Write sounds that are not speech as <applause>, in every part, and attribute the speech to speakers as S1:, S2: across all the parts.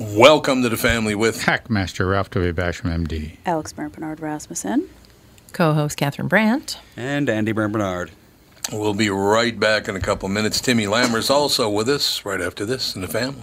S1: Welcome to the family with
S2: Hackmaster Ralph W. Basham, MD.
S3: Alex Burn Bernard Rasmussen.
S4: co-host Catherine Brandt.
S5: And Andy Bern Bernard.
S1: We'll be right back in a couple minutes. Timmy Lammer's also with us right after this in the family.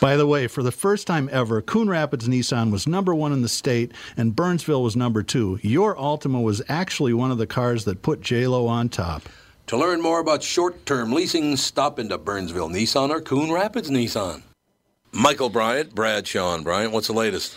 S6: By the way, for the first time ever, Coon Rapids Nissan was number one in the state and Burnsville was number two. Your Altima was actually one of the cars that put JLo on top.
S1: To learn more about short term leasing, stop into Burnsville Nissan or Coon Rapids Nissan. Michael Bryant, Brad Sean Bryant, what's the latest?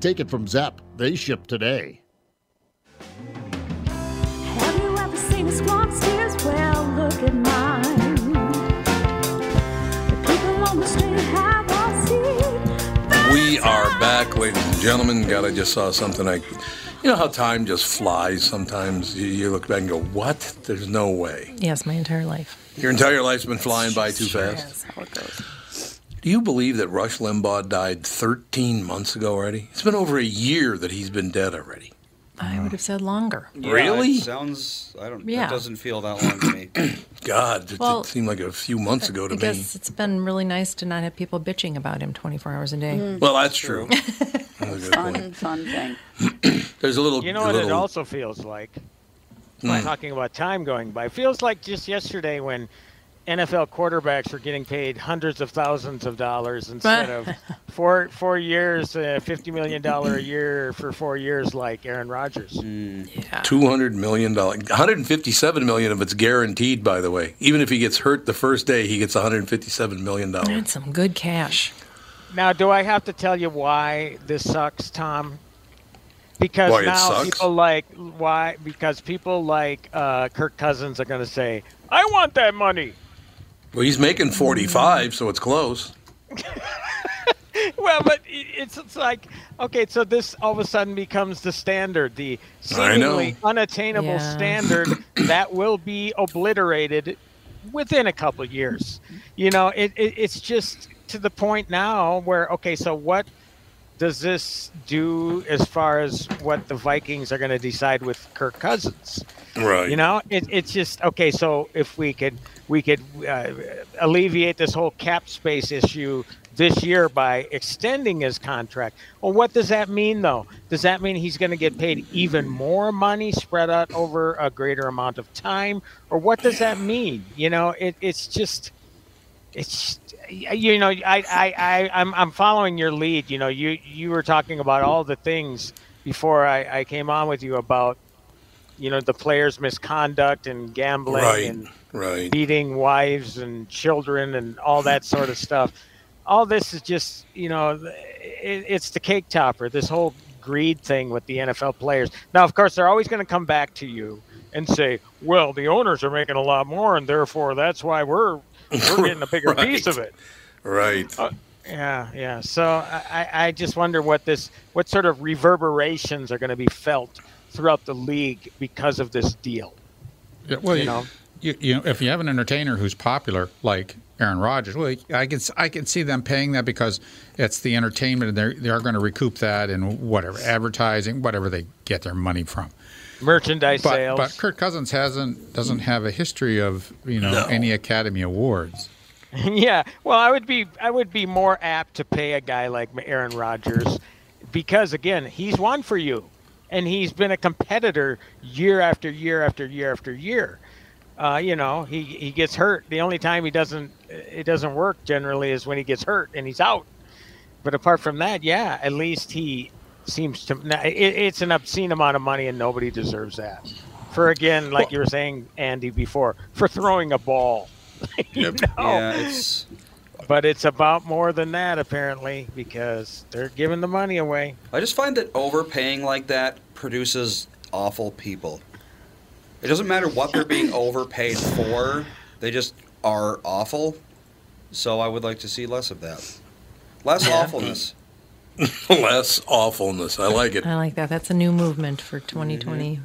S7: Take it from Zep. They ship today.
S8: Have you ever seen swamps tears? Well, look at mine. The people on the street have all seen.
S1: We are back, ladies and gentlemen. God, I just saw something I. You know how time just flies sometimes? You, you look back and go, what? There's no way.
S4: Yes, my entire life.
S1: Your entire life's been flying by too fast.
S4: That's how it goes.
S1: Do you believe that Rush Limbaugh died 13 months ago already? It's been over a year that he's been dead already.
S4: I would have said longer.
S5: Yeah,
S1: Really?
S5: It sounds. I don't.
S4: Yeah.
S5: It doesn't feel that long to me.
S1: <clears throat> God, it,
S4: Well,
S1: it seemed like a few months ago to
S4: I
S1: me.
S4: guess it's been really nice to not have people bitching about him 24 hours a day.
S1: Well, that's true. That's a good
S3: Fun,
S1: point.
S3: fun thing.
S1: There's a little.
S9: You know
S1: a
S9: what
S1: little, Hmm.
S9: it also feels like? Talking about time going by. Feels like just yesterday when NFL quarterbacks are getting paid hundreds of thousands of dollars instead
S1: <laughs>
S9: of four four years, uh, fifty million dollar a year for four years, like Aaron Rodgers.
S1: Hmm. Two hundred million dollars, one hundred fifty-seven million of it's guaranteed. By the way, even if he gets hurt the first day, he gets one hundred fifty-seven million
S9: Mm-hmm.
S1: dollars.
S4: That's some good cash.
S9: Now, do I have to tell you why this sucks, Tom? Because
S1: Why it
S9: now
S1: sucks?
S9: people like why because people like uh, Kirk Cousins are going to say, "I want that money."
S1: Well, he's making forty-five, so it's close.
S9: <laughs> Well, but i- it's it's like okay, so this all of a sudden becomes the standard, the
S1: I know.
S9: seemingly unattainable
S4: Yeah.
S1: <coughs>
S9: standard that will be obliterated within a couple of years. You know, it, it it's just to the point now where okay, so what does this do as far as what the Vikings are going to decide with Kirk Cousins?
S1: Right.
S9: You know, it, it's just okay. So if we could, we could uh, alleviate this whole cap space issue this year by extending his contract. Well, what does that mean, though? Does that mean he's going to get paid even more money spread out over a greater amount of time, or what does that mean? You know, it, it's just it's you know I, I i i'm i'm following your lead you know you you were talking about all the things before i i came on with you about you know the players misconduct and gambling
S1: Right.
S9: and
S1: Right.
S9: beating wives and children and all that sort of stuff all this is just you know it, it's the cake topper this whole greed thing with the nfl players now of course they're always going to come back to you and say well the owners are making a lot more and therefore that's why we're
S1: <laughs>
S9: we're getting a bigger
S1: Right.
S9: piece of it Uh,
S1: Right.
S9: yeah, yeah. So I, I I just wonder what this, what sort of reverberations are going to be felt throughout the league because of this deal.
S2: Yeah, well,
S9: You
S2: you,
S9: know.
S2: you, you know, if you have an entertainer who's popular, like Aaron Rodgers, well, I can s- I can see them paying that because it's the entertainment, and they're they are going to recoup that and whatever advertising, whatever they get their money from.
S9: Merchandise
S2: But,
S9: sales.
S2: but Kirk Cousins hasn't doesn't have a history of you know any Academy Awards.
S9: <laughs> yeah. Well, I would be, I would be more apt to pay a guy like Aaron Rodgers, because again, he's won for you, and he's been a competitor year after year after year after year. Uh, you know, he he gets hurt. The only time he doesn't, it doesn't work generally is when he gets hurt and he's out. But apart from that, yeah, at least he seems to. no, It, it's an obscene amount of money, and nobody deserves that. For again, like you were saying, Andy, before, for throwing a ball. <laughs> you know?
S5: Yeah, it's
S9: But it's about more than that, apparently, because they're giving the money away.
S5: I just find that overpaying like that produces awful people. It doesn't matter what they're being overpaid for, they just are awful. So I would like to see less of that. Less awfulness.
S1: Less awfulness. I like it.
S4: I like that. That's a new movement for 2020.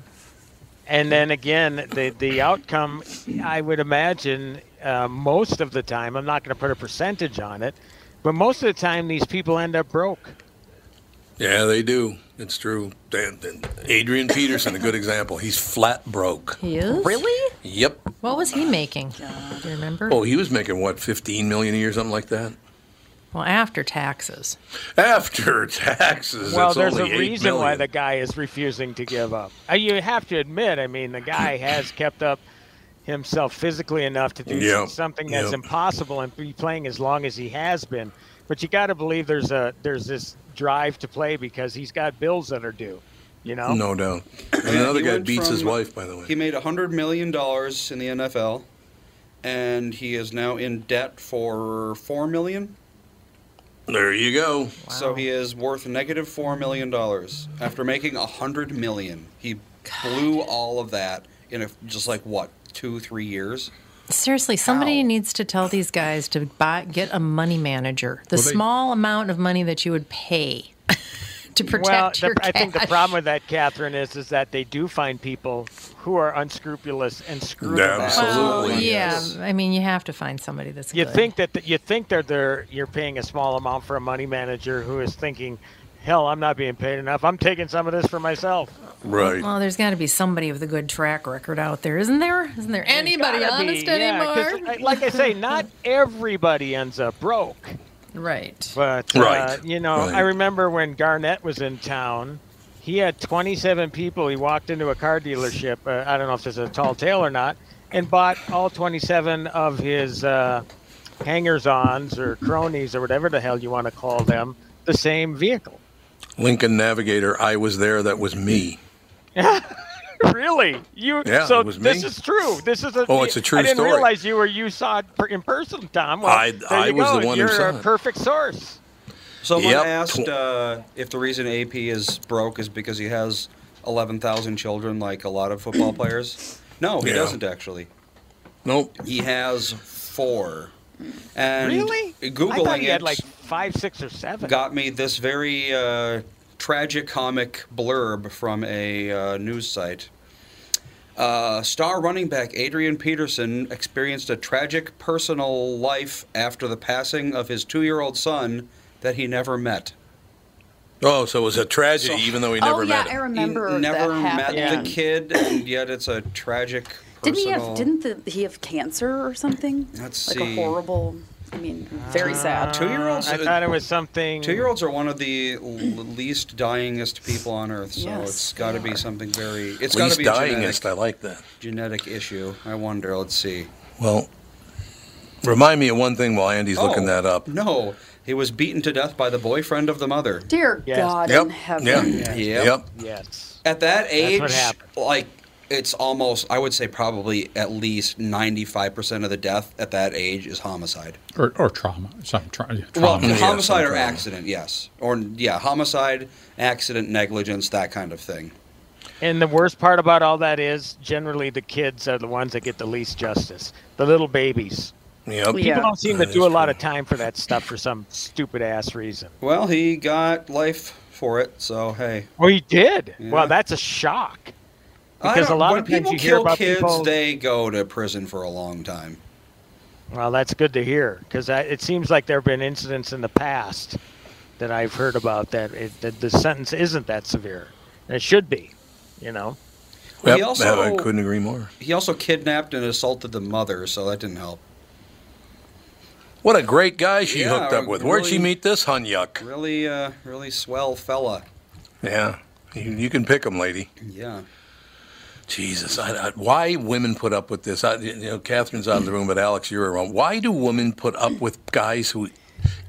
S9: And then again, the the outcome, I would imagine, uh, most of the time, I'm not going to put a percentage on it, but most of the time, these people end up broke.
S1: Yeah, they do. It's true. Dan- Dan- Adrian Peterson, a good example. He's flat broke.
S4: He is? Really?
S1: Yep.
S4: What was he making? Do you remember?
S1: Oh, he was making what, fifteen million a year, something like that.
S4: Well, after taxes.
S1: After taxes,
S9: well,
S1: it's
S9: there's a
S1: only 8
S9: reason why
S1: million.
S9: the guy is refusing to give up. Uh, You have to admit, I mean, the guy has kept up himself physically enough to do
S1: Yep,
S9: something that's
S1: yep.
S9: impossible and be playing as long as he has been. But you got to believe there's a there's this drive to play because he's got bills that are due. You know.
S1: No doubt. And
S5: Yeah,
S1: another
S5: he
S1: guy
S5: went
S1: beats his
S5: from-
S1: wife, by the way.
S5: He made $100 million in the NFL, and he is now in debt for $4 million.
S1: there you go.
S5: So he is worth negative four million dollars after making a hundred million. He blew all of that in a, just like what two, three years.
S4: Seriously, somebody
S5: Ow.
S4: needs to tell these guys to buy, get a money manager. The
S2: Well, they-
S4: small amount of money that you would pay to protect
S9: well, the-
S4: your
S9: I think the
S4: cash.
S9: problem with that, Catherine, is is that they do find people who are unscrupulous and screw them
S1: Absolutely.
S9: out.
S4: Well,
S1: Absolutely,
S4: yeah.
S5: yes.
S4: I mean, you have to find somebody that's
S9: You
S4: good.
S9: think that th- you think that they're you're paying a small amount for a money manager who is thinking, "Hell, I'm not being paid enough. I'm taking some of this for myself."
S1: Right.
S4: Well, there's got to be somebody with a good track record out there, isn't there? Isn't there anybody
S9: Gotta be,
S4: honest
S9: yeah, 'cause,
S4: anymore?
S9: I- Like I
S4: <laughs>
S9: say, not everybody ends up broke,
S4: Right.
S9: but uh,
S1: Right,
S9: you know,
S1: right.
S9: I remember when Garnett was in town. He had 27 people. He walked into a car dealership. Uh, I don't know if there's a tall tale or not, and bought all 27 of his uh, hangers-ons or cronies or whatever the hell you want to call them the same vehicle.
S1: Lincoln Navigator, I was there. That was me.
S9: <laughs> Really? You?
S1: Yeah,
S9: so
S1: it was
S9: this
S1: me.
S9: is true. This is a.
S1: Oh, it's a true
S9: I didn't
S1: story.
S9: realize you were you saw it per- in person, Tom. Well,
S1: I-
S9: there
S1: I
S9: you
S1: was
S9: go.
S1: the one who
S9: You're
S1: saw
S9: a
S1: it.
S9: perfect source.
S5: Someone
S1: Yep.
S5: asked uh, if the reason AP is broke is because he has eleven thousand children, like a lot of
S1: <clears throat>
S5: football players. No, he
S1: Yeah.
S5: doesn't actually.
S1: Nope.
S5: He has four. And
S9: Really? I
S5: Googling
S9: thought he
S5: it
S9: had like five, six, or seven.
S5: got me this very uh, tragic comic blurb from a uh, news site. Uh, star running back Adrian Peterson experienced a tragic personal life after the passing of his two-year-old son that he never met.
S1: Oh, so it was a tragedy, even though he never
S3: oh yeah,
S1: met
S3: I
S1: him.
S5: He
S3: remember
S5: never
S3: that
S5: met
S3: happening.
S5: the kid, and yet it's a tragic.
S3: Didn't he
S5: personal-
S3: have? Didn't the, he have cancer or something?
S5: Let's
S3: like
S5: see.
S3: a horrible. I mean, very sad.
S5: Two-year-olds.
S9: Uh, I thought it was something.
S5: Two-year-olds are one of the l- least dyingest people on earth, so
S3: Yes,
S5: it's got to
S3: they
S5: be something very. It's got
S1: Least
S5: to be
S1: dyingest.
S5: genetic.
S1: I like that.
S5: genetic issue. I wonder. Let's see.
S1: Well, Remind me of one thing while Andy's looking
S5: Oh,
S1: that up.
S5: No, he was beaten to death by the boyfriend of the mother.
S3: Dear
S9: Yes.
S3: God
S1: Yep.
S3: in heaven.
S1: Yeah.
S5: Yeah.
S1: Yep.
S5: Yep.
S9: Yes.
S5: At that age,
S9: what happened.
S5: like it's almost I would say probably at least 95% of the death at that age is homicide.
S2: or, or trauma, some tra- trauma.
S5: Well,
S1: yeah,
S5: homicide
S1: some
S5: or
S1: trauma.
S5: accident, yes. Or yeah, homicide, accident, negligence, that kind of thing.
S9: And the worst part about all that is generally the kids are the ones that get the least justice. The little babies.
S1: Yep.
S3: Yeah.
S9: People don't seem to
S1: That
S9: do a
S1: is
S9: lot
S1: true.
S9: of time for that stuff for some stupid ass reason.
S5: Well, he got life for it, so hey.
S9: Well, Oh, he did.
S5: Yeah.
S9: Well, that's a shock.
S5: I
S9: Because a
S5: don't-
S9: lot
S5: when
S9: of times
S5: people
S9: you hear
S5: kill
S9: about
S5: kids,
S9: people-
S5: they go to prison for a long time.
S9: Well, that's good to hear because it seems like there have been incidents in the past that I've heard about that, it, that the sentence isn't that severe. And it should be, you know.
S1: Yep,
S5: Well, he also-
S1: I couldn't agree more.
S5: He also kidnapped and assaulted the mother, so that didn't help.
S1: What a great guy she
S5: Yeah,
S1: hooked up with. Where'd she
S5: really-
S1: meet this hunyuk?
S5: Really, uh, really swell fella.
S1: Yeah, you, you can pick him, lady.
S5: Yeah.
S1: Jesus, I, I, why women put up with this? I, you know, Catherine's out of the room, but Alex, you're around. Why do women put up with guys who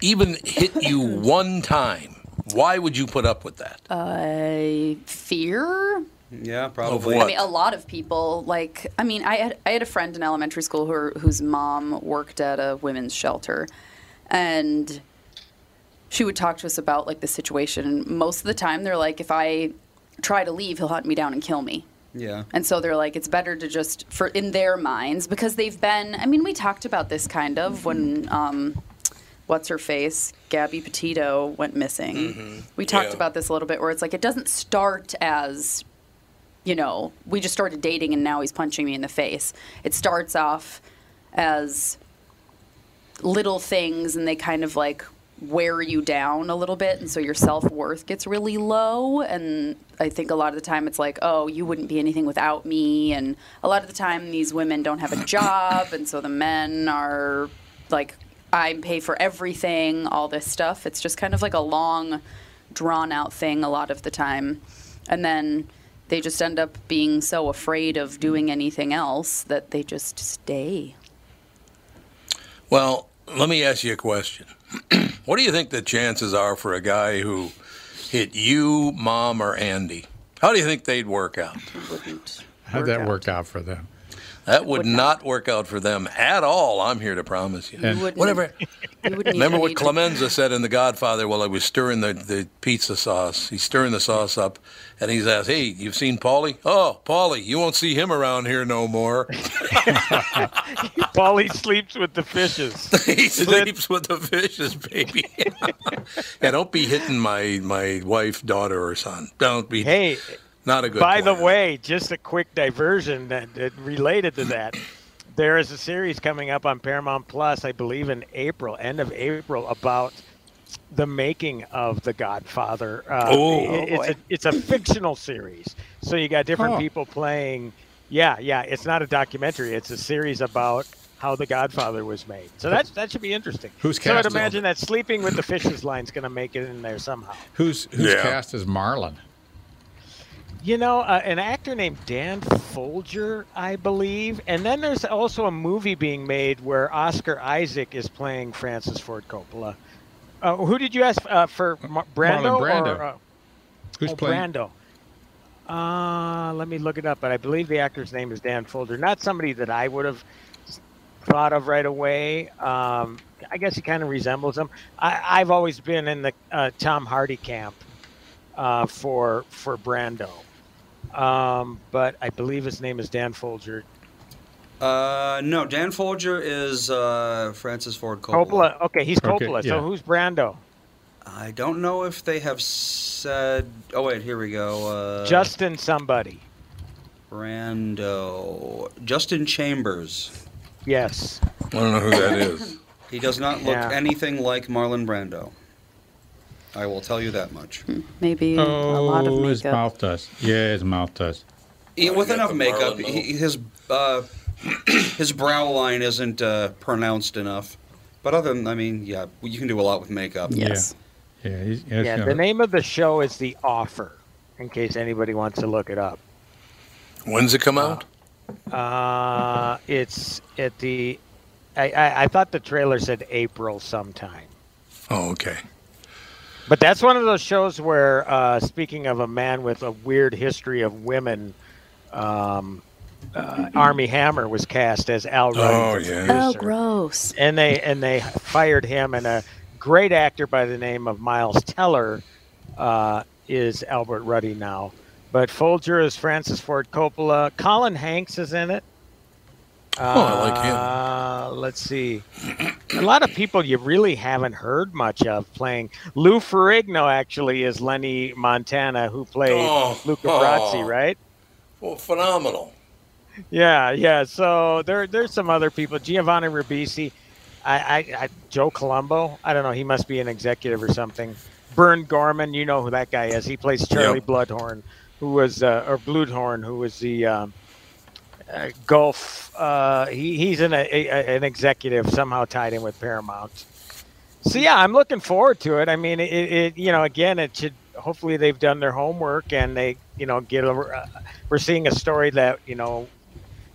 S1: even hit
S5: <laughs>
S1: you one time? Why would you put up with that?
S3: I Uh, fear
S5: Yeah, probably.
S1: what?
S3: I mean, a lot of people like. I mean, I had I had a friend in elementary school who whose mom worked at a women's shelter, and she would talk to us about like the situation. And most of the time, they're like, if I try to leave, he'll hunt me down and kill me.
S5: Yeah.
S3: And so they're like, it's better to just for in their minds because they've been. I mean, we talked about this kind of when. Um, What's her face? Gabby Petito went missing. We talked
S1: Yeah.
S3: about this a little bit, where it's like it doesn't start as you know, we just started dating and now he's punching me in the face. It starts off as little things and they kind of like wear you down a little bit and so your self-worth gets really low and I think a lot of the time it's like, "Oh, you wouldn't be anything without me." And a lot of the time these women don't have a job and so the men are like I pay for everything, all this stuff. It's just kind of like a long drawn out thing a lot of the time. And then they just end up being so afraid of doing anything else that they just stay.
S1: Well, let me ask you a question. <clears throat> what do you think the chances are for a guy who hit you, mom, or Andy? How do you think they'd work out?
S3: Wouldn't
S2: How'd that work out for them?
S1: That would
S3: would
S1: not work out for them at all. I'm here to promise you.
S2: And-
S3: wouldn't.
S1: Whatever.
S3: You wouldn't
S1: Remember
S3: even
S1: what
S3: need to-
S1: Clemenza said in The Godfather while I was stirring the, the pizza sauce. He's stirring the sauce up, and he's asked, "Hey, you've seen Paulie? Oh, Paulie, you won't see him around here no more.
S9: Polly sleeps with the fishes.
S1: <laughs> he sleeps with the fishes, baby. <laughs> yeah, don't be hitting my my wife, daughter, or son. Don't be.
S9: Hey,
S1: not a good.
S9: by the
S1: plan.
S9: way, just a quick diversion that, that related to
S1: <clears throat>
S9: that. There is a series coming up on Paramount Plus, I believe, in April, end of April, about the making of The Godfather. Uh,
S1: Oh.
S9: it- it's a, it's a fictional series, so you got different
S2: Oh.
S9: people playing. Yeah, yeah, it's not a documentary; it's a series about how The Godfather was made. So that that should be interesting.
S2: Who's
S9: so I'd
S2: cast in all
S9: imagine that sleeping with the fishes line is going to make it in there somehow.
S2: Who's who's
S1: Yeah.
S2: cast as Marlon?
S9: You know, uh, an actor named Dan Folger, I believe. And then there's also a movie being made where Oscar Isaac is playing Francis Ford Coppola. Uh, who did you ask uh, for? Mar- Brando?
S2: Marlon Brando.
S9: Or, uh,
S2: Who's
S9: oh,
S2: playing?
S9: Brando. Uh, let me look it up, but I believe the actor's name is Dan Folger. Not somebody that I would have thought of right away. Um, I guess he kind of resembles him. I, I've always been in the uh, Tom Hardy camp uh, for for Brando, um, but I believe his name is Dan Folger.
S5: Uh, no, Dan Folger is uh, Francis Ford Coppola.
S9: Coppola. Okay, he's
S2: Okay,
S9: Coppola.
S2: yeah.
S9: So who's Brando?
S5: I don't know if they have said. Oh wait, here we go. Uh,
S9: Justin somebody.
S5: Brando, Justin Chambers.
S9: Yes.
S1: I don't know who that is.
S5: He does not look
S9: Yeah.
S5: anything like Marlon Brando. I will tell you that much.
S1: Hmm.
S3: Maybe a lot of
S2: Oh, his
S3: makeup.
S2: mouth does. Yeah, his mouth does.
S5: Yeah, with
S1: got
S5: enough
S1: the
S5: makeup,
S1: Marlon
S5: he, his uh, <clears throat> his brow line isn't uh, pronounced enough. But other than, I mean, yeah, you can do a lot with makeup.
S3: Yes.
S2: Yeah, he's, he's
S9: Yeah.
S2: gonna-
S9: The name of the show is The Offer. In case anybody wants to look it up. Oh.
S1: When's it come out?
S9: Uh, it's at the I, I, I thought the trailer said April sometime.
S1: Oh, okay.
S9: But that's one of those shows where, uh, speaking of a man with a weird history of women, um, uh, Army Hammer was cast as Al Ruddy.
S1: Oh,
S9: the
S1: yeah.
S3: Oh,
S9: producer.
S3: gross.
S9: And they and they fired him, and a great actor by the name of Miles Teller uh, is Albert Ruddy now. But Folger is Francis Ford Coppola. Colin Hanks is in it.
S1: Oh, I like him.
S9: Uh, let's see. A lot of people you really haven't heard much of playing. Lou Ferrigno actually is Lenny Montana, who played
S1: Oh,
S9: Luca
S1: oh.
S9: Brasi, right?
S1: Well, phenomenal.
S9: Yeah, yeah. So there, there's some other people. Giovanni Ribisi, I, I, I, Joe Colombo. I don't know. He must be an executive or something. Bern Gorman, you know who that guy is. He plays Charlie
S1: Yep.
S9: Bloodhorn, who was uh, or Bloodhorn, who was the um, uh, golf. Uh, he, he's an a, a, an executive somehow tied in with Paramount. So yeah, I'm looking forward to it. I mean, it, it you know, again, it should hopefully they've done their homework and they you know get over. Uh, we're seeing a story that you know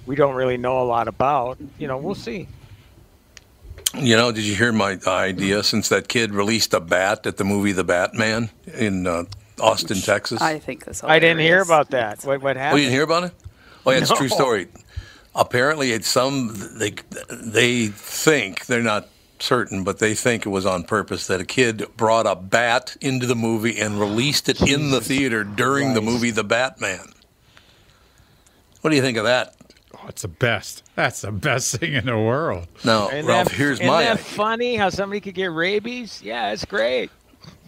S9: we don't really know a lot about. You know, we'll see.
S1: You know, did you hear my idea since that kid released a bat at the movie The Batman in uh, Austin, Texas?
S3: I think this.
S9: I didn't hear
S3: hilarious.
S9: about that. What what
S1: Oh, you
S9: happened?
S1: didn't hear about it? Oh, yeah, it's a true
S9: No.
S1: story. Apparently, it's some they they think they're not certain, but they think it was on purpose that a kid brought a bat into the movie and released it in the theater during the movie The Batman. What do you think of that?
S2: Oh, it's the best. That's the best thing in the world.
S1: Now,
S9: Isn't
S1: Ralph,
S9: that-
S1: here's
S9: isn't
S1: my
S9: that
S1: idea.
S9: funny how somebody could get rabies? Yeah, it's great.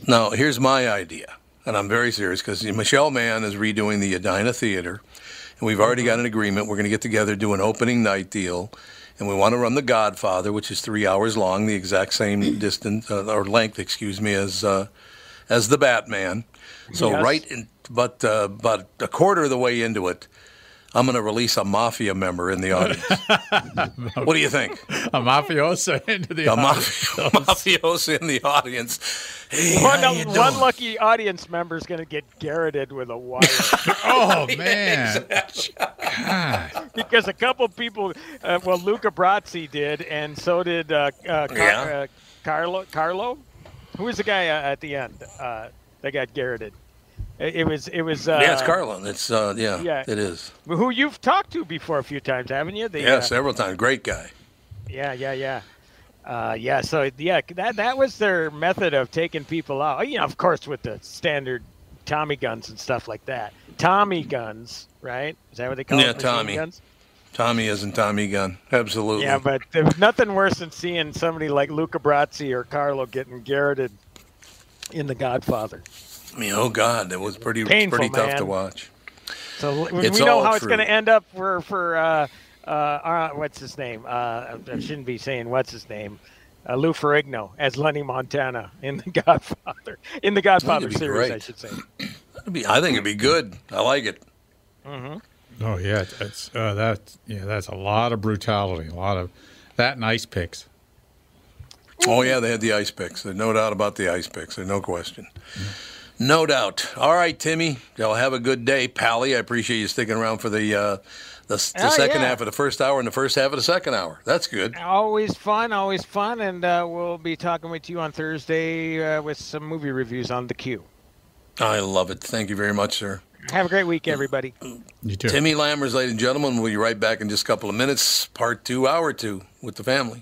S1: Now, here's my idea, and I'm very serious because Michelle Mann is redoing the Edina Theater, and we've already got an agreement. We're going to get together, do an opening night deal, and we want to run The Godfather, which is three hours long, the exact
S2: <clears throat>
S1: same distance uh, or length, excuse me, as uh, as the Batman. So
S9: Yes.
S1: right, in, but uh, but a quarter of the way into it. I'm going to release a mafia member in the audience.
S2: <laughs>
S1: what do you think?
S2: A mafioso into the
S1: A
S2: office.
S1: mafia, mafioso <laughs> in the audience. Hey, how
S9: One,
S1: you
S9: one
S1: doing?
S9: lucky audience member is going to get garroted with a
S1: <laughs>
S9: wire <laughs>
S2: Oh man, God.
S9: because a couple people, uh, well, Luca Brazzi did, and so did uh, uh, Car-
S1: Yeah.
S9: uh, Carlo. Carlo, who was the guy uh, at the end uh, that got garroted? It, it was it was uh,
S1: yeah, it's Carlin. It's uh, yeah,
S9: yeah.
S1: it is.
S9: who you've talked to before a few times, haven't you? The,
S1: Yeah,
S9: uh,
S1: several times. Great guy.
S9: Yeah, yeah, yeah. Uh, yeah, so yeah, that that was their method of taking people out. You know, of course, with the standard Tommy guns and stuff like that. Tommy guns, right? Is that what they call
S1: Yeah,
S9: it? Machine
S1: Tommy.
S9: guns?
S1: Tommy isn't Tommy Gunn. Absolutely.
S9: Yeah, but there's nothing worse than seeing somebody like Luca Brazzi or Carlo getting garroted in The Godfather.
S1: I mean, oh God, that was pretty
S9: Painful,
S1: pretty tough to
S9: man.
S1: watch.
S9: So l-
S1: It's
S9: we know
S1: all
S9: how it's
S1: true.
S9: going to end up for for uh, uh, uh, what's his name? Uh, I- I shouldn't be saying what's his name. Uh, Lou Ferrigno as Lenny Montana in The Godfather in the Godfather
S1: be
S9: series, I
S1: great.
S9: should say.
S1: It'd be- I think it'd be good. I like it.
S9: Mm-hmm.
S2: Oh yeah, that's uh, that. Yeah, that's a lot of brutality. A lot of that and ice picks.
S1: Oh yeah, they had the ice picks. There's no doubt about the ice picks. There's no question. No doubt. All right, Timmy. Y'all have a good day, Pally. I appreciate you sticking around for the uh, the, s- the
S9: Oh,
S1: second
S9: yeah.
S1: half of the first hour and the first half of the second hour. That's good.
S9: <clears throat> Always fun, always fun, and uh, we'll be talking with you on Thursday uh, with some movie reviews on the queue.
S1: I love it. Thank you very much, sir.
S9: Have a great week, everybody.
S2: You too.
S1: Timmy Lammers, ladies and gentlemen, we'll be right back in just a couple of minutes, part two, hour two, with the family.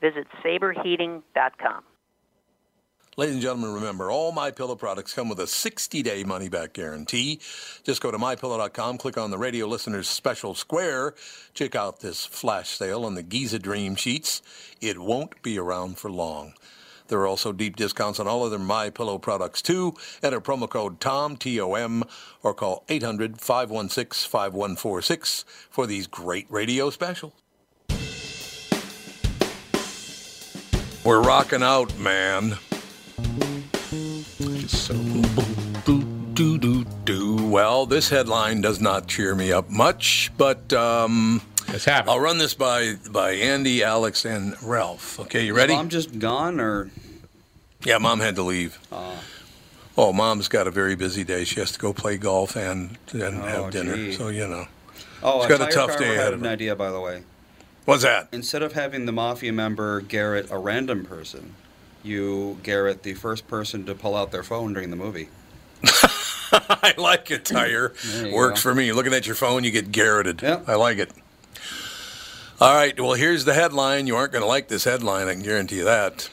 S10: Visit saberheating.com.
S1: Ladies and gentlemen, remember all My Pillow products come with a 60-day money-back guarantee. Just go to mypillow.com, click on the radio listeners special square, check out this flash sale on the Giza Dream sheets. It won't be around for long. There are also deep discounts on all other My Pillow products too. Enter promo code TOM T O M or call 800-516-5146 for these great radio specials. We're rocking out, man. So, boo, doo, doo, doo. Well, this headline does not cheer me up much, but um, I'll run this by by Andy, Alex, and Ralph. Okay, you ready?
S5: I'm just gone, or
S1: Yeah, mom had to leave.
S5: Ah.
S1: oh, mom's got a very busy day. She has to go play golf and and
S5: Oh,
S1: have dinner.
S5: gee.
S1: So you know,
S5: oh,
S1: she's got
S5: Tire
S1: a tough
S5: Carver
S1: day
S5: had
S1: ahead of
S5: an
S1: her.
S5: idea, by the way.
S1: What's that?
S5: Instead of having the mafia member Garrett a random person, you Garrett the first person to pull out their phone during the movie.
S1: <laughs> I like it,
S5: <laughs>
S1: Tire.
S5: you
S1: Works
S5: go.
S1: for me. Looking at your phone, you get garroted. I like it. All right, well, here's the headline. You aren't going to like this headline, I can guarantee you that.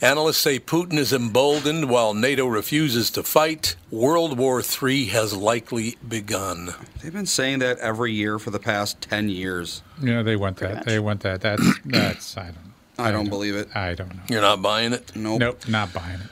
S1: Analysts say Putin is emboldened while NATO refuses to fight. World War III has likely begun.
S5: They've been saying that every year for the past ten years.
S2: Yeah, they want that. They want that. That's that's. I don't.
S5: I don't believe it.
S2: I don't know.
S1: You're not buying it?
S5: Nope.
S2: Nope, not buying it.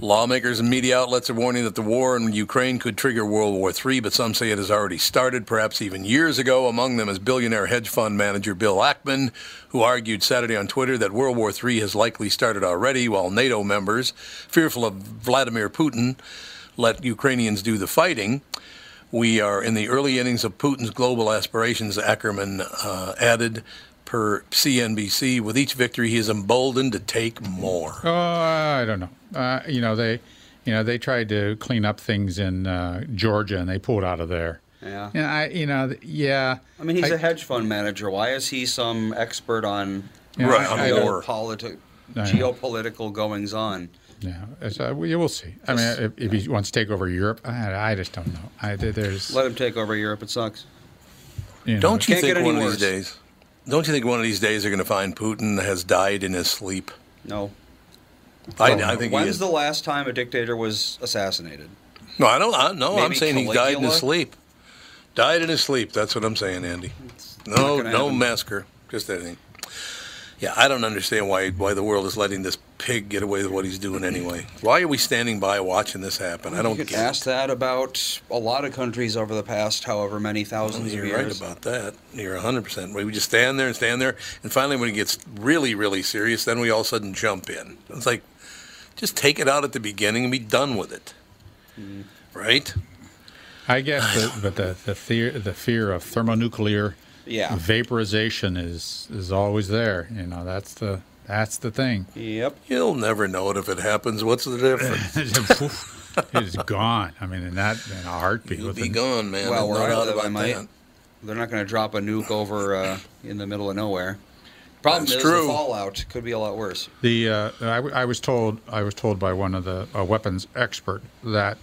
S1: Lawmakers and media outlets are warning that the war in Ukraine could trigger World War III, but some say it has already started, perhaps even years ago. Among them is billionaire hedge fund manager Bill Ackman, who argued Saturday on Twitter that World War III has likely started already, while NATO members, fearful of Vladimir Putin, let Ukrainians do the fighting. We are in the early innings of Putin's global aspirations, Ackerman uh, added per CNBC. With each victory, he is emboldened to take more.
S2: Oh, I don't know. Uh, you know they, you know they tried to clean up things in uh, Georgia and they pulled out of there.
S5: Yeah.
S2: Yeah, I, you know, th- yeah.
S5: I mean, he's
S2: I-
S5: a hedge fund manager. Why is he some expert on
S2: Yeah, Right, on war.
S5: geopoliti-
S2: I know.
S5: geopolitical goings on?
S2: Yeah, it's, uh, we, we'll see. I mean, if, if he wants to take over Europe, I, I just don't know. I, there- there's,
S5: Let him take over Europe. It sucks.
S2: you know,
S1: Don't you
S5: Can't
S1: think
S5: get any
S1: one of
S5: worse.
S1: these days? Don't you think one of these days they're going to find Putin has died in his sleep?
S5: No.
S1: I, I think he
S5: When's
S1: is.
S5: the last time a dictator was assassinated?
S1: no, I don't. I, no, I'm
S5: Maybe
S1: saying he died in his
S5: Caligula?
S1: sleep. Died in his sleep. That's what I'm saying, Andy. No,
S5: gonna
S1: no
S5: happen.
S1: massacre. Just anything. Yeah, I don't understand why why the world is letting this pig get away with what he's doing anyway. Why are we standing by watching this happen? I don't
S5: you
S1: get.
S5: could ask that about a lot of countries over the past however many thousands
S1: You're
S5: of
S1: right
S5: years.
S1: about that. You're 100%. We just stand there and stand there. And finally, when it gets really, really serious, then we all of a sudden jump in. It's like, just take it out at the beginning and be done with it. Right?
S2: I guess, the, but the the fear the fear of thermonuclear
S5: Yeah.
S2: vaporization is is always there. You know, that's the that's the thing. <laughs>
S5: Yep.
S1: You'll never know it if it happens. What's the difference?
S2: <laughs> it's gone. I mean, in that in a heartbeat.
S1: You'll
S2: with
S1: be
S2: an-
S1: gone, man.
S5: well,
S1: There's
S5: where
S1: no
S5: I
S1: doubt
S5: live, I
S1: about
S5: might.
S1: that.
S5: They're not going to drop a nuke over uh, in the middle of nowhere. Problem
S1: That's
S5: is
S1: true.
S5: the fallout could be a lot worse.
S2: The uh, I, w- I was told I was told by one of the a weapons expert that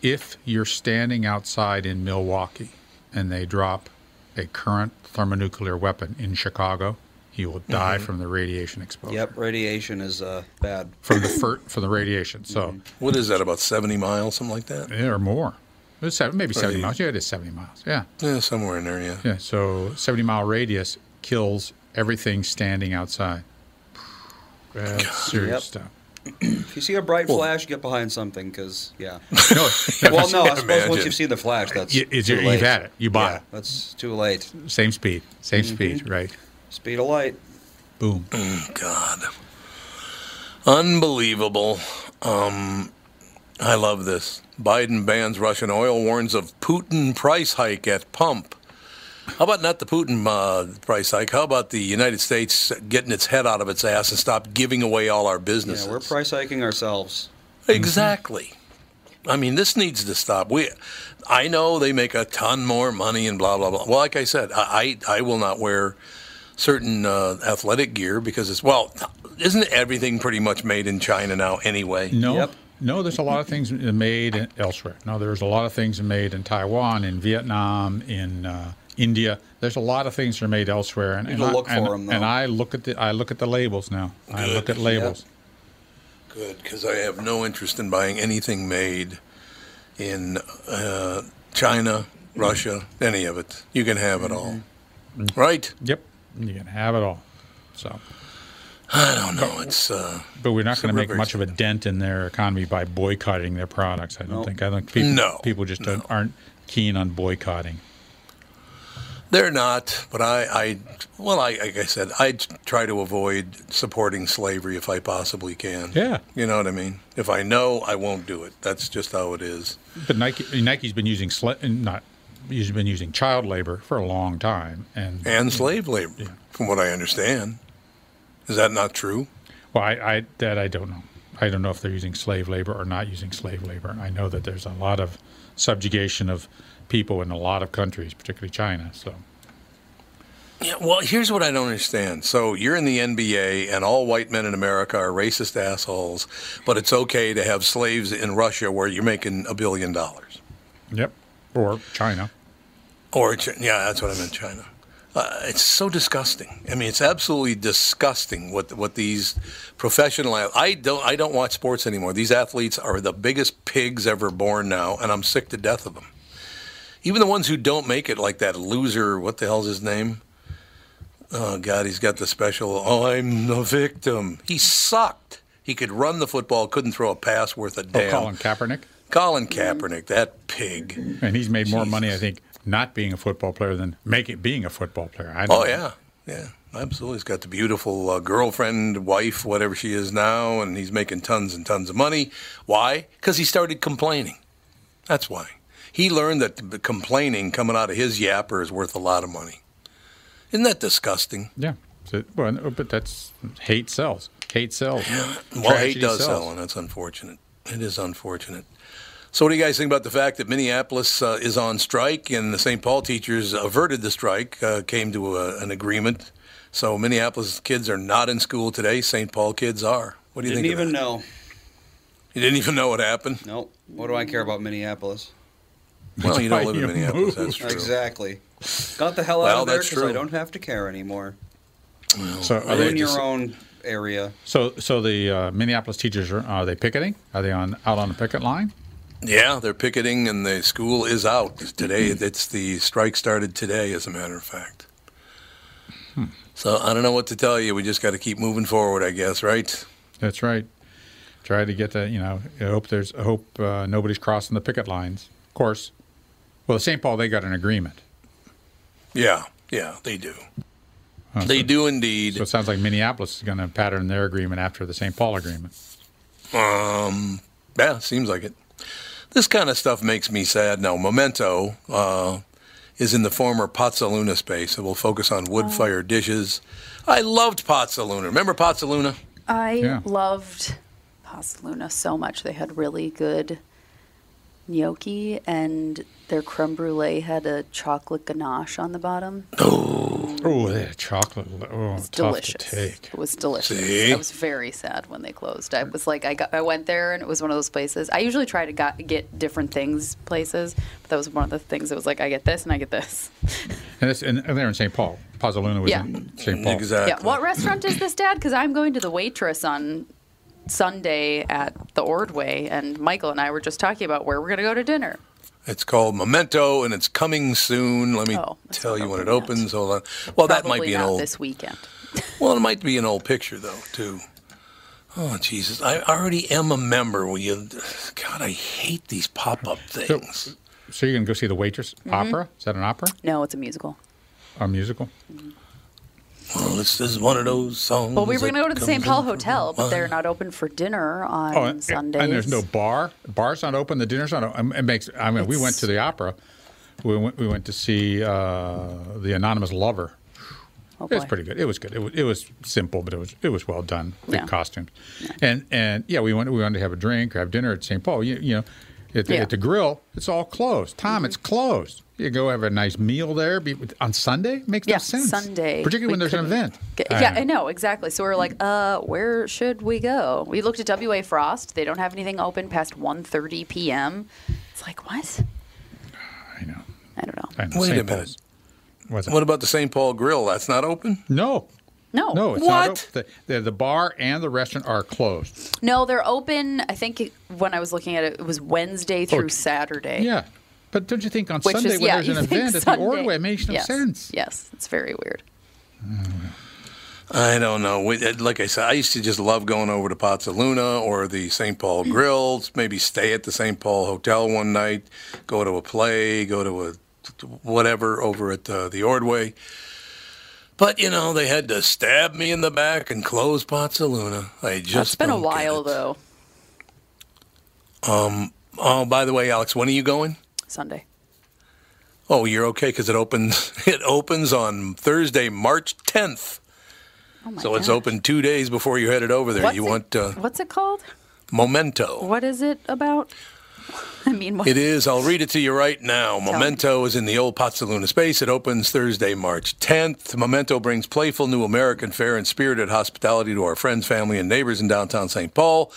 S2: if you're standing outside in Milwaukee and they drop a current thermonuclear weapon in Chicago, you will die
S1: Mm-hmm.
S2: from the radiation exposure.
S5: Yep, radiation is uh, bad.
S2: From the fir- from the radiation, so
S5: Mm-hmm.
S1: What is that, about 70 miles, something like that?
S2: yeah, or more. It's seven, maybe
S1: Or
S2: seventy
S1: the-
S2: miles. Yeah, it is seventy miles. Yeah,
S1: Yeah, somewhere in there, yeah.
S2: yeah. So seventy mile radius kills everything standing outside. That's serious
S5: Yep.
S2: stuff.
S5: If you see a bright flash, get behind something because yeah.
S2: <laughs> No,
S5: well, no, I
S1: can't
S5: suppose
S1: imagine.
S5: once you've seen the flash, that's
S2: you, it's,
S5: too
S2: you've
S5: late.
S2: had it. You bought
S5: Yeah, that's too late. Mm-hmm.
S2: it. Same speed. Same speed. Right.
S5: Speed of light.
S2: Boom.
S1: Mm, God. Unbelievable. Um, I love this. Biden bans Russian oil, warns of Putin price hike at pump. How about not the Putin uh, price hike? How about the United States getting its head out of its ass and stop giving away all our businesses? Mm-hmm.
S5: Yeah, we're price hiking ourselves.
S1: Exactly. I mean, this needs to stop. We, I know they make a ton more money and blah blah blah. Well, like I said, I I, I will not wear certain uh, athletic gear because it's well, isn't everything pretty much made in China now anyway?
S2: No, no. There's a lot of things made elsewhere. No, there's a lot of things made in Taiwan, in Vietnam, in uh, India. There's a lot of things that are made elsewhere, and,
S5: You
S2: and
S5: can
S2: I,
S5: look for
S2: and-
S5: 'em, though.
S2: and I look at the I look at the labels now. I
S1: Good.
S2: look at labels.
S1: Good, because I have no interest in buying anything made in uh, China, Russia, any of it. You can have it all. Right?
S2: Mm-hmm. Yep. You can have it all. So.
S1: I don't know. It's. Uh,
S2: But we're not
S1: it's a
S2: going to make
S1: river.
S2: much of a dent in their economy by boycotting their products. I don't think. I think people,
S1: No.
S2: people just don't, aren't keen on boycotting.
S1: They're not, but I, I well, I, like I said, I try to avoid supporting slavery if I possibly can.
S2: Yeah.
S1: You know what I mean? If I know, I won't do it. That's just how it is.
S2: But Nike, Nike's been using sla- not, he's been using child labor for a long time, and
S1: And slave labor, from what I understand. Is that not true?
S2: well, I, I that I don't know. I don't know if they're using slave labor or not using slave labor. I know that there's a lot of subjugation of people in a lot of countries, particularly China. So
S1: Yeah, well, here's what I don't understand. So you're in the NBA, and all white men in America are racist assholes, but it's okay to have slaves in Russia where you're making a billion dollars.
S2: yep, or China.
S1: Or Chi- yeah, that's what I meant. China. Uh, it's so disgusting. I mean, it's absolutely disgusting what what these professional. ath- I don't I don't watch sports anymore. These athletes are the biggest pigs ever born now, and I'm sick to death of them. Even the ones who don't make it, like that loser. What the hell's his name? Oh God, he's got the special. Oh, I'm the victim. He sucked. He could run the football, couldn't throw a pass worth a damn.
S2: Oh, Colin Kaepernick.
S1: Colin Kaepernick, that pig.
S2: And he's made more money, I think, not being a football player than make it being a football player. I
S1: Oh yeah, yeah, absolutely. He's got the beautiful uh, girlfriend, wife, whatever she is now, and he's making tons and tons of money. Why? Because he started complaining. That's why. He learned that the complaining coming out of his yapper is worth a lot of money. Isn't that disgusting?
S2: Yeah. So, well, no, but that's hate sells. Hate sells. well,
S1: Well, hate does sell, and that's unfortunate. It is unfortunate. So, what do you guys think about the fact that Minneapolis uh, is on strike and the St. Paul teachers averted the strike, uh, came to a, an agreement? So, Minneapolis kids are not in school today. St. Paul kids are. What do you
S5: Didn't
S1: think? of
S5: even
S1: that?
S5: know.
S1: You didn't even know what happened.
S5: Nope. What do I care about Minneapolis?
S1: Well, you don't live in Minneapolis. That's true.
S5: Exactly. Got the hell out
S1: Well,
S5: of there
S1: that's
S5: because I
S1: true. Uh,
S5: don't have to care anymore.
S2: So, are
S5: Other
S2: they
S5: in your
S2: just-
S5: own area.
S2: So, so the uh, Minneapolis teachers are, are they picketing? Are they on out on the picket line?
S1: Yeah, they're picketing, and the school is out today. It's the strike started today, as a matter of fact. So I don't know what to tell you. We just got to keep moving forward, I guess, right?
S2: That's right. Try to get the you know. I hope there's I hope uh, nobody's crossing the picket lines. Of course. Well, St. Paul they got an agreement.
S1: Yeah, yeah, they do.
S2: Huh,
S1: They do indeed.
S2: So it sounds like Minneapolis is going to pattern their agreement after the St. Paul agreement.
S1: Um, yeah, seems like it. This kind of stuff makes me sad. Now, Memento uh, is in the former Pozzoluna space. It will focus on wood fire dishes. I loved Pozzoluna. Remember Pozzoluna?
S3: I
S1: Yeah.
S3: loved Pasaluna so much. They had really good gnocchi, and their creme brulee had a chocolate ganache on the bottom.
S2: Oh, they had chocolate. Oh, tough
S3: delicious.
S2: to take.
S3: It was delicious.
S2: See?
S3: I was very sad when they closed. I was like, I got, I went there, and it was one of those places. I usually try to got, get different things places, but that was one of the things that was like, I get this and I get this.
S2: And, this, and they're in St. Paul. Pasoluna was
S3: Yeah.
S2: in St. Paul.
S3: Yeah. What restaurant is this, Dad? Because I'm going to the waitress on Sunday at the Ordway, and Michael and I were just talking about where we're going to go to dinner.
S1: It's called Memento, and it's coming soon. Let me
S3: Oh,
S1: tell you when it opens. Hold on. Well, that might
S3: Probably
S1: be an
S3: not
S1: old.
S3: this weekend.
S1: Well, it might be an old picture though, too. Oh Jesus! I already am a member. Will you? God, I hate these pop-up
S2: So,
S1: things.
S2: so you're going to go see The Waitress
S3: Mhm.
S2: opera? Is that an opera?
S3: No, it's a musical.
S2: A musical?
S1: Well, this is one of those songs.
S3: Well, we were going to go to
S1: that
S3: the St.
S1: Oh, comes
S3: Paul
S1: in-
S3: Hotel, but they're not open for dinner on
S2: Oh, and,
S3: Sundays.
S2: um, and there's no bar. The bar's not open. The dinner's not open. It makes. I mean, we went to the opera, We went, we went to see uh, the Anonymous Lover.
S3: Oh,
S2: it was pretty good. It was good. It was, it was simple, but it was it was well done. Big
S11: Yeah.
S2: costumes, and and yeah, we went we wanted to have a drink, have dinner at St. Paul. You, you know, at the,
S11: Yeah.
S2: at the grill, it's all closed. Tom,
S3: Mm-hmm.
S2: it's closed. You go have a nice meal there be, on Sunday. Makes no
S3: yeah,
S2: sense.
S3: Sunday.
S2: particularly
S3: we
S2: when there's an
S3: couldn't
S2: event. Uh,
S3: get-
S2: I
S3: yeah,
S2: know.
S3: I know exactly. So we were like, uh, where should we go? We looked at WA Frost. They don't have anything open past 1.30 p.m. It's like what?
S2: I know,
S1: Wait
S2: St.
S1: a minute.
S2: What's
S1: what about the St. Paul Grill? That's not open.
S2: No.
S3: No.
S2: No, it's not. op- The, the, the bar and the restaurant are closed.
S3: No, they're open. I think it- when I was looking at it, it was Wednesday through Saturday.
S2: Oh, Yeah. But don't you think on
S3: Which
S2: Sunday
S3: is,
S2: when
S3: yeah, <laughs>
S2: there's
S3: you
S2: an
S3: think
S2: event at the
S3: Sunday-
S2: Ordway, it makes no
S3: yes,
S2: sense?
S3: Yes, it's very weird.
S1: I don't know. We, uh, like I said, I used to just love going over to Pozzoluna or the St.
S3: Mm.
S1: Paul Grill. Maybe stay at the St. Paul Hotel one night, go to a play, go to a whatever over at uh, the Ordway. But you know, they had to stab me in the back and close Pozzoluna. I just
S3: it's been a
S1: don't get
S3: while though.
S1: it. Um. Oh, by the way, Alex, when are you going?
S3: Sunday.
S1: Oh, you're okay because it opens. <laughs> It opens on Thursday, March 10th.
S3: Oh my
S1: so it's
S3: gosh.
S1: open two days before you're headed over there.
S3: What's
S1: you
S3: it-
S1: want uh,
S3: What's it called?
S1: Memento?
S3: What is it about? <laughs> I mean, what?
S1: It is. I'll read it to you right now. Memento is in the old Pozzoluna space. It opens Thursday, March 10th. Memento brings playful new American fare and spirited hospitality to our friends, family, and neighbors in downtown St. Paul.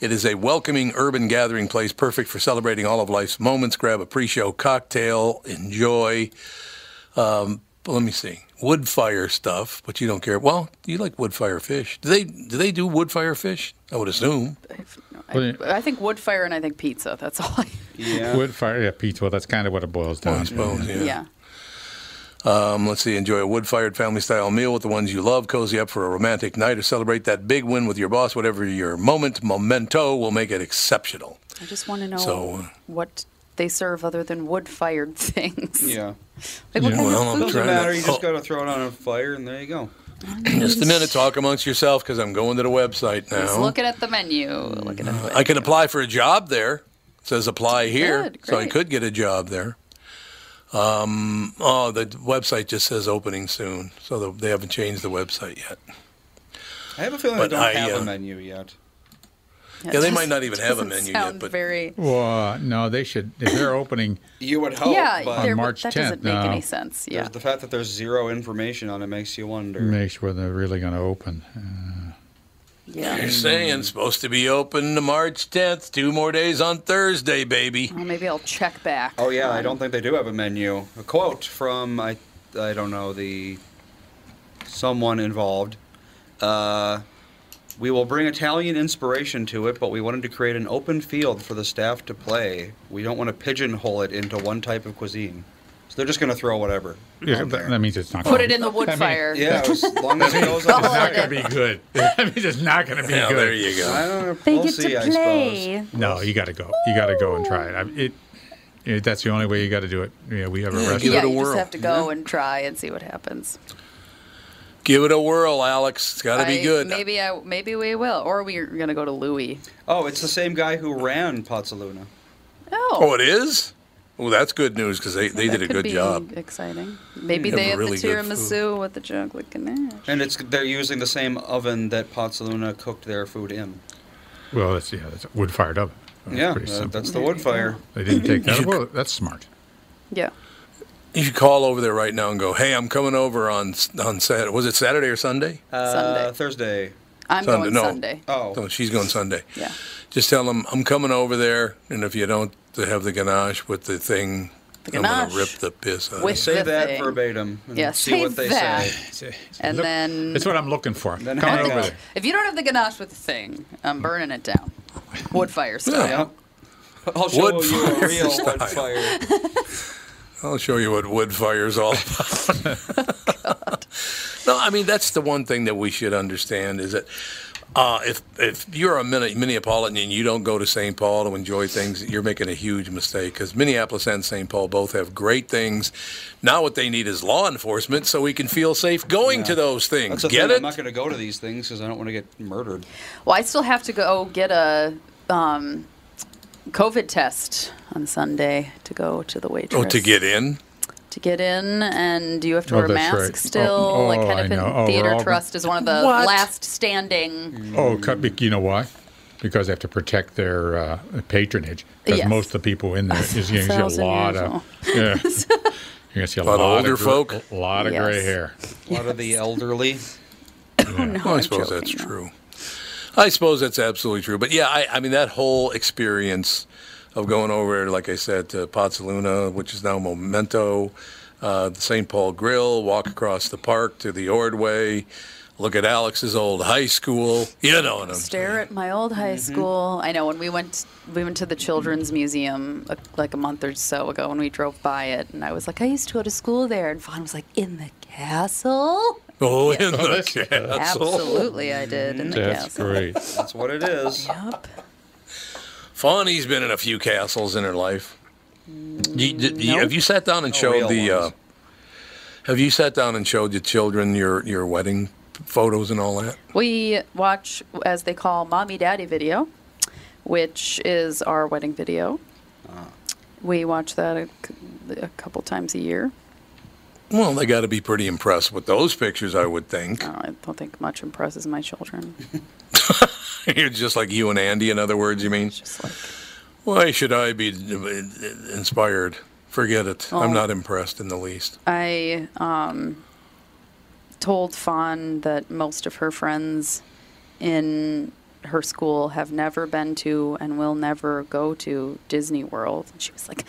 S1: It is a welcoming urban gathering place perfect for celebrating all of life's moments. Grab a pre show cocktail, enjoy. Um, but let me see. Wood fire stuff, but you don't care. Well, you like wood fire fish. Do they do they do wood fire fish? I would assume.
S3: I, <laughs> I think wood fire and I think pizza. That's all. I, <laughs>
S1: Yeah.
S2: Wood fire, yeah, pizza. Well, that's kind of what it boils down to.
S3: yeah.
S1: Um, let's see, enjoy a wood fired family style meal with the ones you love, cozy up for a romantic night, or celebrate that big win with your boss. Whatever your moment, memento will make it exceptional.
S3: I just want to know
S1: So, uh,
S3: what they serve other than wood fired <laughs> things.
S5: Yeah.
S3: Like, what kind of
S1: Well, I'm
S5: Doesn't
S1: trying to-
S5: matter. You just
S1: oh.
S5: got to throw it on a fire, and there you go.
S1: Just a minute, talk amongst yourself because I'm going to the website now.
S3: Just looking at the menu. Looking at the
S1: I can apply for a job there. It says apply here,
S3: Good,
S1: so I
S3: great.
S1: could get a job there. Um, oh, the website just says opening soon, so the, they haven't changed the website yet.
S5: I have a feeling
S1: But
S5: they don't
S1: I,
S5: have
S1: uh,
S5: a menu yet.
S1: Yeah, they might not even have a menu yet,
S3: sound
S1: but
S3: very.
S2: Well, uh, no, they should. If they're opening
S5: You would hope.
S3: Yeah,
S5: but
S2: there- On March that doesn't 10th, make no. any
S3: sense,
S5: There's
S3: yeah.
S5: The fact that there's zero information on it makes you wonder.
S2: make sure they're really going to open. Uh,
S1: You're saying supposed to be open to March 10th. Two more days on Thursday, baby.
S3: Well, maybe I'll check back.
S5: Oh yeah, I don't think they do have a menu. A quote from I, I don't know the, someone involved. Uh, we will bring Italian inspiration to it, but we wanted to create an open field for the staff to play. We don't want to pigeonhole it into one type of cuisine. So they're just going to throw whatever.
S2: yeah, that, that means it's not.
S3: Put
S2: gonna
S3: it in the wood
S2: I mean,
S3: fire.
S5: Yeah,
S2: <laughs>
S5: as long
S3: <laughs>
S5: as it goes on.
S2: It's not going to be good. I mean, it's not going to be
S1: Yeah,
S2: good.
S1: there you go.
S5: I don't know.
S3: They
S5: we'll
S3: get
S5: see,
S3: to
S5: I
S3: play.
S5: suppose.
S2: No, you got to go. You got to go and try it. I, it, it. That's the only way you got to do it. Yeah, we have a restaurant.
S3: yeah, you just have to go and try and see what happens.
S1: Give it a whirl, Alex. It's got to be
S3: I-
S1: good.
S3: Maybe I, maybe we will, or we're gonna go to Louis.
S5: Oh, it's the same guy who ran Pozzoluna.
S3: Oh,
S1: Oh, it is? Oh, that's good news because they, they
S3: that
S1: did a
S3: could
S1: good
S3: be
S1: job.
S3: Exciting. Maybe
S1: Yeah,
S3: they have
S1: really
S3: the
S1: good food.
S3: tiramisu with the chocolate ganache.
S5: And it's they're using the same oven that Pozzoluna cooked their food in.
S2: Well, that's yeah, that's a wood fired oven. That's
S5: yeah,
S2: pretty
S5: uh,
S2: simple.
S5: that's the wood fire.
S2: They didn't take that. Well, that's smart.
S3: Yeah.
S1: You should call over there right now and go, hey, I'm coming over on on Saturday. Was it Saturday or Sunday?
S5: Uh,
S3: Sunday.
S5: Thursday.
S3: I'm going
S1: no.
S3: Sunday.
S5: Oh.
S1: No, she's going Sunday.
S3: Yeah.
S1: Just tell them, I'm coming over there, and if you don't have the ganache with the thing,
S3: The
S1: I'm going
S3: ganache
S1: to rip the piss out
S3: with
S1: of you.
S5: Say
S3: the
S5: that
S3: thing.
S5: verbatim. and
S3: Yeah,
S5: see
S3: say
S5: what they
S3: that.
S5: say.
S3: And
S2: Look,
S3: then
S2: That's what I'm looking for. Come
S5: hang
S2: over
S5: out.
S2: there.
S3: if you don't have the ganache with the thing, I'm burning it down, wood fire
S1: <laughs> Yeah.
S3: style.
S5: I'll show
S1: Wood
S5: you a
S1: fire
S5: real wood
S1: <laughs> style.
S5: fire.
S1: I'll show you what wood fire's all about. no, I mean that's the one thing that we should understand is that uh, if if you're a Minne- Minneapolitan and you don't go to St. Paul to enjoy things, you're making a huge mistake because Minneapolis and St. Paul both have great things. Now what they need is law enforcement so we can feel safe going to those things.
S5: That's the
S1: Get
S5: thing. I'm
S1: it?
S5: not going to go to these things because I don't want to get murdered.
S3: Well, I still have to go get a um, COVID test on Sunday to go to the waitress.
S1: Oh, to get in?
S3: To get in, and you have to
S1: Oh,
S3: wear a
S1: that's
S3: mask
S1: right.
S3: still.
S2: Oh,
S3: like
S2: oh, I
S3: Hennepin
S2: know. Oh, we're
S3: Theater
S2: all-
S3: Trust is one of the
S2: What?
S3: last standing.
S2: Oh, cut- be- you know why? Because they have to protect their uh, patronage. Because
S3: Yes.
S2: most of the people in there is you're gonna see
S3: Thousand
S2: a lot
S3: years
S2: of <laughs> yeah.
S3: <laughs>
S2: You're gonna see a, Oh,
S1: Lot of older
S2: gr-
S1: folk?
S2: a lot of gray
S1: Yes.
S2: hair.
S5: A lot of
S3: <laughs>
S5: the elderly.
S3: Oh,
S1: Well, Oh, I suppose that's true. I suppose that's absolutely true. But yeah, I, I mean that whole experience of going over, like I said, to Pozzoluna, which is now Memento, uh, the St. Paul Grill, walk across the park to the Ordway, look at Alex's old high school. You know what I'm saying?
S3: Stare at my old high school. I know when we went we went to the children's museum uh, like a month or so ago when we drove by it, and I was like, I used to go to school there, and Fawn was like, in the castle.
S1: Oh, <laughs> in the
S5: Oh, that's-
S1: castle.
S3: Absolutely, I did in the castle.
S5: That's what it is.
S3: Yep.
S1: Fawny's been in a few castles in her life. You- d- you- have you sat down and
S5: No
S1: showed
S5: real
S1: the? Uh, have you sat down and showed your children your your wedding photos and all that?
S3: We watch, as they call, mommy daddy video, which is our wedding video. We watch that a, c- a couple times a year.
S1: Well, they got to be pretty impressed with those pictures, I would think.
S3: I don't think much impresses my children.
S1: <laughs>
S3: <laughs>
S1: You're just like you and Andy, in other words, you mean? Why should I be uh, inspired? Forget it.
S3: Oh.
S1: I'm not impressed in the least. <laughs>
S3: I um, told Fawn that most of her friends in her school have never been to and will never go to Disney World. And she was like, <gasps>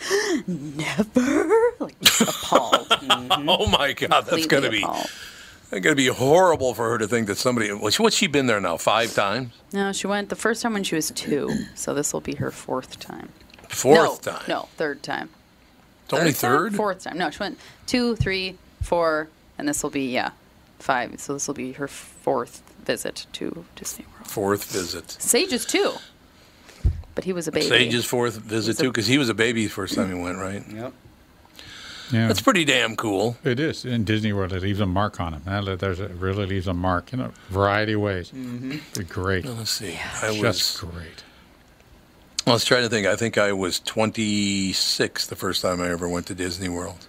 S5: Mm-hmm.
S1: oh my God, that's going
S3: Completely
S1: to be
S3: appalled.
S1: that's going to be horrible for her to think that somebody. What's what's she been there now? Five times.
S3: No, she went the first time when she was two, so this will be her fourth time.
S1: Fourth
S3: No,
S1: time.
S3: No, third time.
S1: It's only
S3: time?
S1: third.
S3: Fourth time. No, she went two, three, four, and this will be, yeah, five. So this will be her fourth visit to Disney World.
S1: Fourth visit.
S3: Sage is two, but he was a baby.
S1: Sage's fourth visit too, because he was a baby the first time he went, right?
S5: Yep.
S2: Yeah.
S1: That's pretty damn cool.
S2: It is in Disney World. It leaves a mark on them. That- There's it really leaves a mark in a variety of ways.
S1: Mhm.
S2: They're Great.
S1: Well, let's see. I
S2: Just
S1: was-
S2: great.
S1: I was trying to think. I think I was 26 the first time I ever went to Disney World.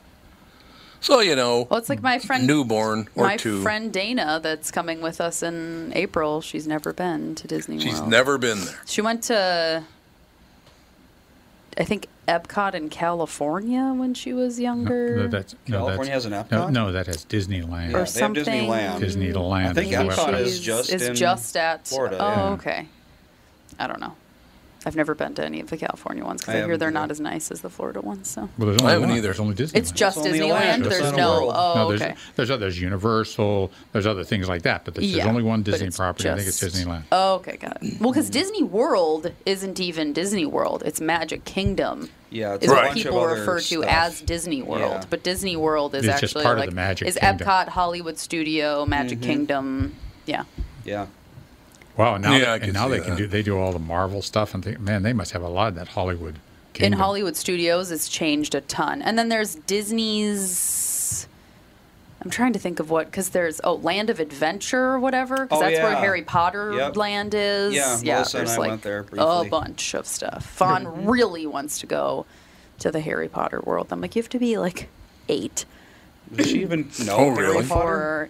S1: So you know,
S3: Well, it's like my friend,
S1: newborn or
S3: my
S1: two.
S3: friend Dana, that's coming with us in April. She's never been to Disney
S1: She's
S3: World.
S1: never been there.
S3: She went to, I think, Epcot in California when she was younger.
S2: No, that's, no, that's-
S5: California has an
S2: No,
S5: Epcot?
S2: no, that has Disneyland.
S5: Yeah, Or they have Disneyland. something-
S2: Disneyland.
S5: I think
S2: is the
S5: Epcot
S2: website.
S5: is just
S3: is
S5: in
S3: just at
S5: Florida,
S3: Oh,
S5: yeah.
S3: okay. I don't know. I've never been to any of the California ones because
S2: I
S3: I, hear
S2: haven't
S3: they're not as nice as the Florida ones. So
S2: Well, there's only
S1: I haven't
S2: one.
S1: either.
S2: There's only Disneyland.
S3: It's just Disneyland. There's no.
S2: No,
S3: Oh,
S2: there's,
S3: okay.
S2: There's others, Universal. There's other things like that, but there's, there's
S3: Yeah,
S2: only one
S3: but
S2: Disney
S3: it's
S2: property. I think it's
S3: just-
S2: Disneyland.
S3: Oh, okay, got it. Well, because Disney World isn't even Disney World; it's Magic Kingdom.
S5: Yeah, it's
S3: is
S5: a
S3: what
S5: bunch of
S3: people
S5: other
S3: refer to
S5: stuff.
S3: as Disney World,
S5: Yeah.
S3: but Disney World is
S5: It's just
S3: actually
S5: part of
S3: like
S5: the Magic
S3: is
S5: Kingdom.
S3: Epcot, Hollywood Studio, Magic
S5: Mhm.
S3: Kingdom. Yeah.
S5: Yeah.
S2: Wow, now
S5: Yeah, I
S2: they,
S5: could
S2: and now
S5: see
S2: they
S5: that.
S2: can do they do all the Marvel stuff and think, man, they must have a lot of that Hollywood.
S3: In Hollywood Studios, it's changed a ton. And then there's Disney's. I'm trying to think of what, because there's oh, Land of Adventure or whatever, because
S5: Oh,
S3: that's where
S5: yeah.
S3: Harry Potter
S5: Yep.
S3: Land is.
S5: Yeah, Melissa and
S3: there's
S5: I
S3: like
S5: went there
S3: a
S5: briefly.
S3: bunch of
S5: <laughs>
S3: stuff. Fawn really wants to go to the Harry Potter world. I'm like, you have to be like eight.
S5: Does she even
S3: <laughs>
S5: know
S1: Oh,
S5: Harry
S1: really?
S5: Potter? Mm-hmm.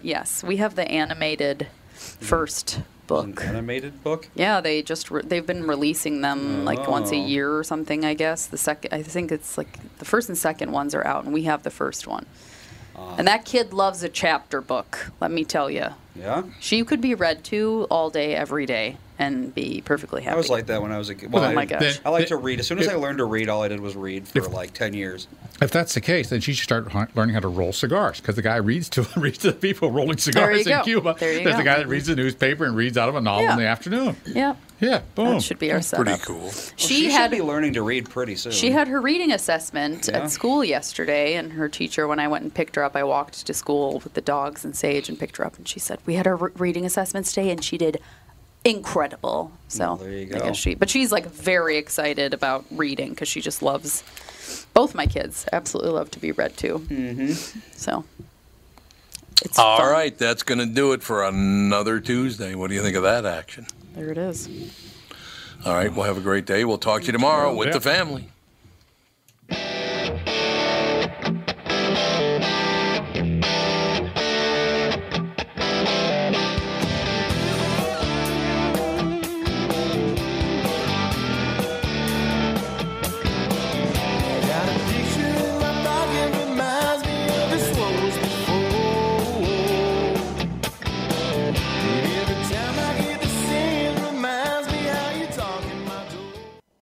S3: Or yes, we have the animated first book.
S5: Animated book?
S3: Yeah, they just re- they've been releasing them like once a
S5: Oh.
S3: year or something. I guess the second I think it's like the first and second ones are out, and we have the first one.
S5: Ah.
S3: And that kid loves a chapter book. Let me tell you,
S5: Yeah.
S3: she could be read to all day, every day, and be perfectly happy.
S5: I was like that when I was a kid.
S3: Well,
S5: Well,
S3: Oh
S5: I,
S3: my gosh.
S5: I like to read. As soon as I learned to read, all I did was read for like 10 years.
S2: If that's the case, then she should start hun- learning how to roll cigars because the guy reads to <laughs> reads to the people rolling
S3: There you
S2: cigars in
S3: go.
S2: Cuba.
S3: There you
S2: There's
S3: go.
S2: the guy that reads the newspaper and reads out of a novel
S3: Yeah.
S2: in the afternoon.
S3: Yep.
S2: Yeah, boom.
S3: should be our That's pretty setup.
S1: cool.
S3: She
S5: she
S3: had-
S5: should be learning to read pretty soon.
S3: She had her reading assessment
S5: Yeah.
S3: at school yesterday, and her teacher, when I went and picked her up, I walked to school with the dogs and Sage and picked her up, and she said, We had our re- reading assessment today, and she did incredible. So,
S5: there you
S3: I
S5: go.
S3: guess she, but she's like very excited about reading because she just loves both my kids, absolutely love to be read to. Mm-hmm. So,
S1: All right, that's going to do it for another Tuesday. What do you think of that action?
S3: there it is.
S1: All right. Well, have a great day. We'll talk to you tomorrow with
S2: Yeah.
S1: the family.